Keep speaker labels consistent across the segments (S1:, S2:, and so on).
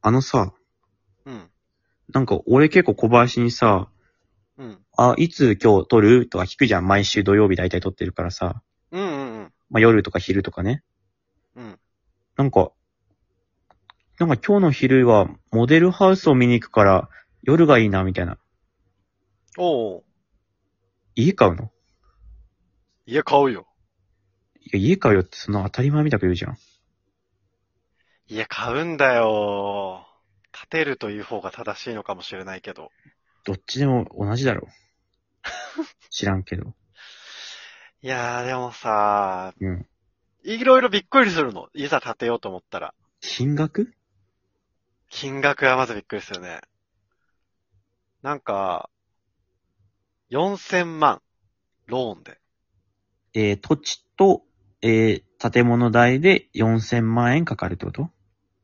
S1: あのさ、
S2: うん。
S1: なんか俺結構小林にさ、
S2: うん。
S1: あ、いつ今日撮るとか聞くじゃん。毎週土曜日大体撮ってるからさ。
S2: うんうんうん。
S1: まあ、夜とか昼とかね。
S2: うん。
S1: なんか、なんか今日の昼はモデルハウスを見に行くから夜がいいなみたいな。
S2: おお。
S1: 家買うの
S2: 家買うよ。
S1: いや、家買うよってその当たり前みたく言うじゃん。
S2: 家買うんだよ。建てるという方が正しいのかもしれないけど。
S1: どっちでも同じだろ。 知らんけど。
S2: いやーでもさ
S1: うん。
S2: いろいろびっくりするの。いざ建てようと思ったら。
S1: 金額
S2: 金額はまずびっくりするね。なんか、4000万。ローンで。
S1: えー、土地と、えー、建物代で4000万円かかるってこと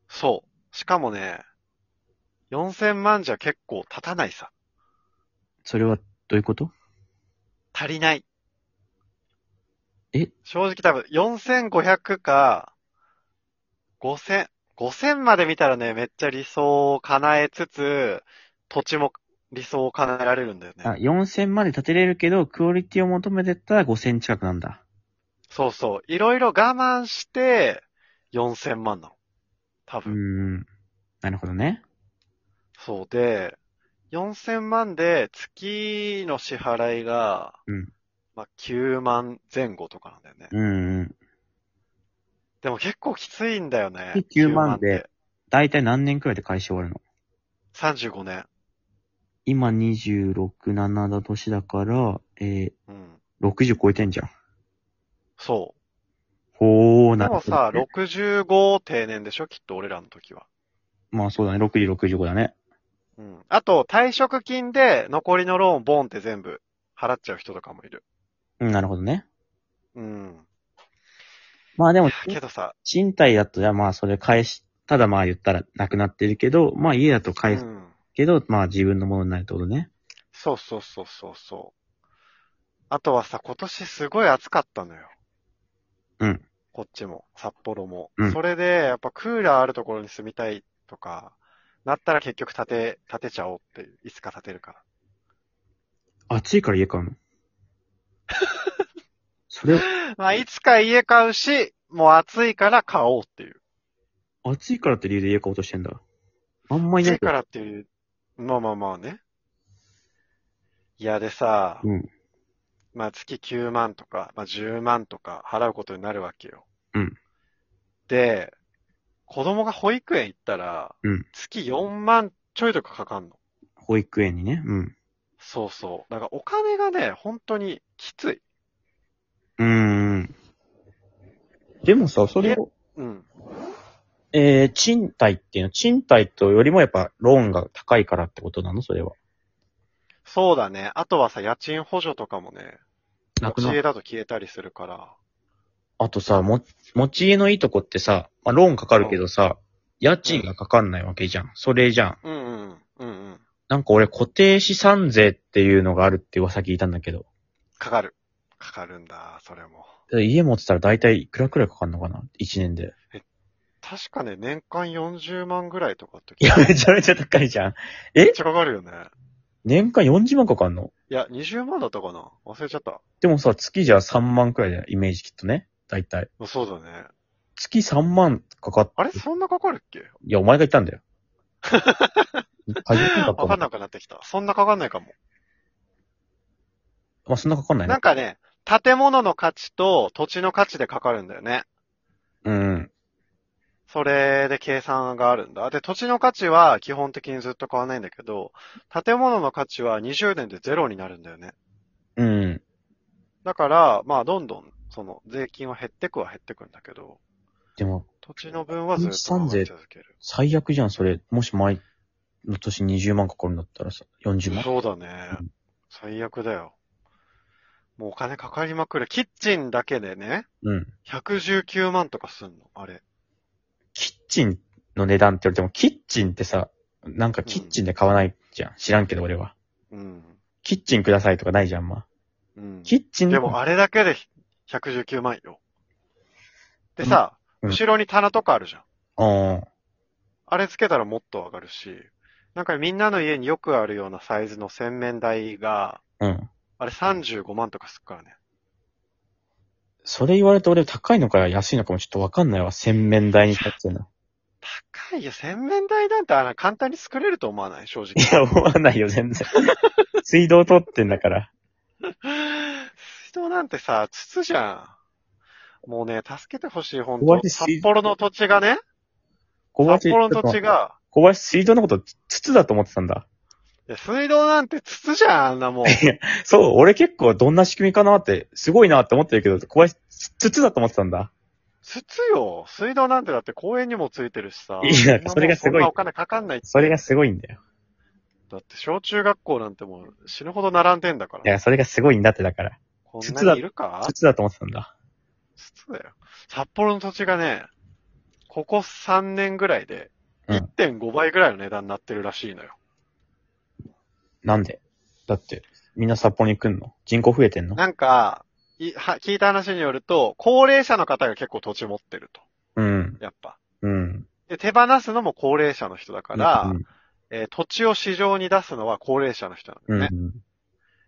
S2: そう。しかもね、4000万じゃ結構立たないさ。
S1: それはどういうこと
S2: 足りない。
S1: え
S2: 正直多分4500か5000、5000まで見たらね、めっちゃ理想を叶えつつ、土地も理想を叶えられるんだよ
S1: あ、
S2: ね。
S1: 4000まで建てれるけど、クオリティを求めてったら5000近くなんだ。
S2: そうそう。いろいろ我慢して、4000万なの。多
S1: うー
S2: 分。
S1: ん。なるほどね。
S2: そうで、4000万で月の支払いが、
S1: うん
S2: まあ、9万前後とかなんだよね。
S1: うんうん。
S2: でも結構きついんだよね。
S1: 月9万で
S2: 9って。
S1: だいたい何年くらいで返し終わるの
S2: 35年。
S1: 今26、7だ年だから、え
S2: うん。
S1: ー、60超えてんじゃん。
S2: そ
S1: ほー、
S2: う。で
S1: なる
S2: も
S1: ほど
S2: さ、
S1: ね、
S2: 65定年でしょきっと俺らの時は。
S1: まあそうだね、60、65だね。
S2: うん。あと、退職金で残りのローンボンって全部払っちゃう人とかもいる。
S1: うん、なるほどね。
S2: うん。
S1: まあでも、
S2: けどさ、
S1: 賃貸だと、じゃあまあそれ返し、ただまあ言ったらなくなってるけど、まあ家だと
S2: う
S1: 返す
S2: ん。
S1: けど、まあ自分のものになるってことね。
S2: そうそうそうそうそう。あとはさ、今年すごい暑かったのよ。
S1: うん。
S2: こっちも、札幌も。
S1: うん
S2: それで、やっぱクーラーあるところに住みたいとか、なったら結局建て、建てちゃおうっていう。いつか建てるから。
S1: 暑いから家買う の。それ、
S2: まあ、いつか家買うし、もう暑いから買おうっていう。
S1: 暑いからって理由で家買おうとしてんだ。あんまい
S2: 暑
S1: ない
S2: い
S1: けど
S2: からっていう。まあまあまあね。いやでさ、
S1: うん
S2: まあ月9万とか、まあ10万とか払うことになるわけよ。
S1: うん
S2: で、子供が保育園行ったら、
S1: うん
S2: 月4万ちょいとかかかんの。
S1: 保育園にね。うん。
S2: そうそう。だからお金がね、本当にきつい。
S1: うーん。でもさ、それを、
S2: うん。
S1: えー、賃貸っていうの、賃貸とよりもやっぱローンが高いからってことなのそれは。
S2: そうだね。あとはさ、家賃補助とかもね、
S1: な
S2: 持
S1: く
S2: ち
S1: な
S2: 家だと消えたりするから。
S1: あとさ、も、持ち家のいいとこってさ、まあ、ローンかかるけどさ、家賃がかかんないわけじゃん。それじゃん。
S2: うんうんうんうん。
S1: なんか俺固定資産税っていうのがあるって噂聞いたんだけど。
S2: かかる。かかるんだ、それも。
S1: で家持ってたら大体いくらくらいかかんのかな ?1 年で。
S2: 確かね、年間40万ぐらいとかって
S1: い
S2: 聞い
S1: や、
S2: た。め
S1: め
S2: っ
S1: ちゃめちゃ高いじゃん。
S2: ちゃかかるよね。
S1: 年間40万かかんの
S2: いや、20万だったかな忘れちゃった。
S1: でもさ、月じゃ3万くらいだよ、イメージきっとね。大体。
S2: まあそうだね。
S1: 月3万かかっ、
S2: あれそんなかかるっけ
S1: いや、お前が言ったんだ よ。初めてだった
S2: わ
S1: も
S2: か
S1: ん
S2: んなくなってきた。そんなかかんないかも。
S1: まあ、そんなかかんない
S2: なん
S1: ね。
S2: かね、建物の価値と土地の価値でかかるんだよね。
S1: うん。
S2: それで計算があるんだ。で、土地の価値は基本的にずっと変わらないんだけど、建物の価値は20年でゼロになるんだよね。
S1: うん。
S2: だから、まあ、どんどん、その、税金は減ってくは減ってくんだけど、
S1: でも、
S2: 土地の分はずっと
S1: 資産
S2: 上が
S1: 税
S2: り続ける。
S1: 最悪じゃん、それ。もし前の年20万かかるんだったらさ、40万。
S2: そうだね
S1: う。
S2: 最悪だよ。もうお金かかりまくる。キッチンだけでね、
S1: うん。
S2: 119万とかすんの、あれ。
S1: キッチンの値段って言われても、キッチンってさ、なんかキッチンで買わないじゃん。知らんけど俺は。
S2: うん。
S1: キッチンくださいとかないじゃん、まあ。
S2: うん。
S1: キッチン
S2: でもあれだけで119万よ。でさ、
S1: うん
S2: 後ろに棚とかあるじゃん。
S1: うん。
S2: あれつけたらもっと上がるし、なんかみんなの家によくあるようなサイズの洗面台が、
S1: うん。
S2: あれ35万とかすっからね。
S1: それ言われて俺高いのか安いのかもちょっとわかんないわ。洗面台に立ってな。
S2: 高いよ、洗面台なんてあの簡単に作れると思わない正直
S1: い。や、思わないよ、全 然。水道通ってんだから。
S2: 水道なんてさ、筒じゃん。もうね、助けてほしい、ほ
S1: 小
S2: んと。
S1: 林水
S2: 札幌の土地がね、
S1: 小
S2: 札幌の土地。が、
S1: 小林水道のこと筒だと思ってたんだ。
S2: いや水道なんて筒じゃん、あんなも ん。
S1: そう、俺結構どんな仕組みかなって、すごいなって思ってるけど、小林筒だと思ってたんだ。
S2: 筒よ。水道なんてだって公園にもついてるしさ。
S1: いや
S2: んなもん
S1: それがすごい
S2: そんなお金かかんないって
S1: それがすごいんだよ。
S2: だって小中学校なんてもう死ぬほど並んでんだか
S1: い
S2: ら。
S1: や、それがすごいんだってだから。
S2: こん
S1: 筒
S2: な
S1: だ
S2: にいるか
S1: 筒だと思ってたんだ。
S2: 筒だよ。札幌の土地がね、ここ3年ぐらいで、
S1: うん
S2: 1.5倍ぐらいの値段になってるらしいのよ。
S1: なんでだって、みんな札幌に来んの人口増えてんの
S2: なんか、いは聞いた話によると、高齢者の方が結構土地持ってると。
S1: うん。
S2: やっぱ。
S1: うん。
S2: で、手放すのも高齢者の人だから、
S1: うん
S2: えー土地を市場に出すのは高齢者の人なんだ
S1: う
S2: よ
S1: ん。
S2: ね。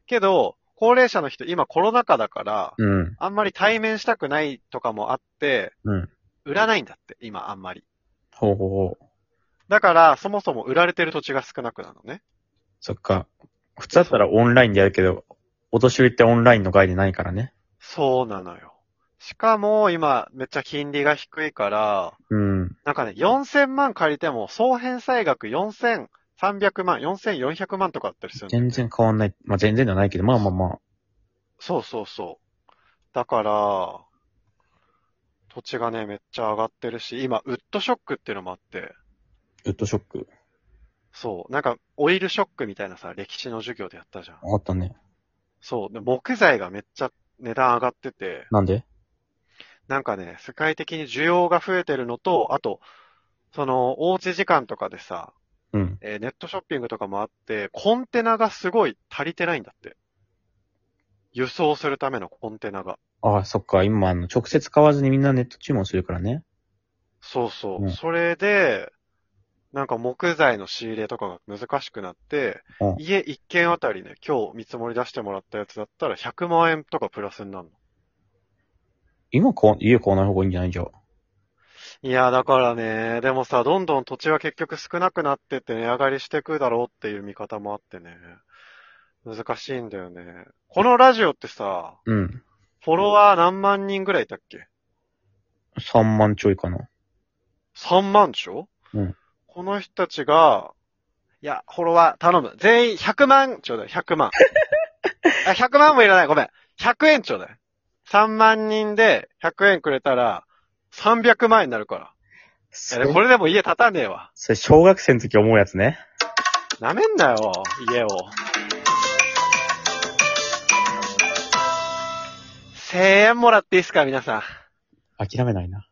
S2: けど、高齢者の人、今コロナ禍だから、
S1: うん。
S2: あんまり対面したくないとかもあって、
S1: うん。
S2: 売らないんだって、今あんまり。
S1: ほうほうほう。
S2: だから、そもそも売られてる土地が少なくなるのね。
S1: そっか。普通だったらオンラインでやるけど、お年寄りってオンラインの概念ないからね。
S2: そうなのよ。しかも、今、めっちゃ金利が低いから、
S1: うん。
S2: なんかね、4000万借りても、総返済額4300万、4400万とかあったりするの。
S1: 全然変わんない。まあ、全然ではないけど、まあまあまあ。
S2: そうそうそう。だから、土地がね、めっちゃ上がってるし、今、ウッドショックっていうのもあって、
S1: ウッドショック。
S2: そう、なんか、オイルショックみたいなさ、歴史の授業でやったじゃん。
S1: あったね。
S2: そう、で木材がめっちゃ値段上がってて、
S1: なんで
S2: なんかね、世界的に需要が増えてるのと、あと、その、おうち時間とかでさ、
S1: うん。
S2: えーネットショッピングとかもあって、コンテナがすごい足りてないんだって。輸送するためのコンテナが。
S1: ああ、そっか。今、あの、直接買わずにみんなネット注文するからね。
S2: そうそう。
S1: うん
S2: それで、なんか木材の仕入れとかが難しくなって、
S1: うん
S2: 家1軒あたりね、今日見積もり出してもらったやつだったら100万円とかプラスになるの。
S1: 今買わ、家買わない方がいいんじゃないじゃあ。
S2: いや、だからね、でもさ、どんどん土地は結局少なくなってって値上がりしてくだろうっていう見方もあってね、難しいんだよね。このラジオってさ、
S1: うん。
S2: フォロワー何万人ぐらいいたっけ
S1: 3万ちょいかな。
S2: ?3 万でしょ
S1: うん
S2: この人たちが、いや、フォロワー頼む。全員100万ちょうだい、100万。 あ100万もいらない、ごめん。100円ちょうだい。3万人で100円くれたら、300万円になるから。い
S1: そ
S2: や、これでも家建たねえわ。
S1: それ小学生の時思うやつね。
S2: なめんなよ、家を。1000円もらっていいっすか、皆さん。
S1: 諦めないな。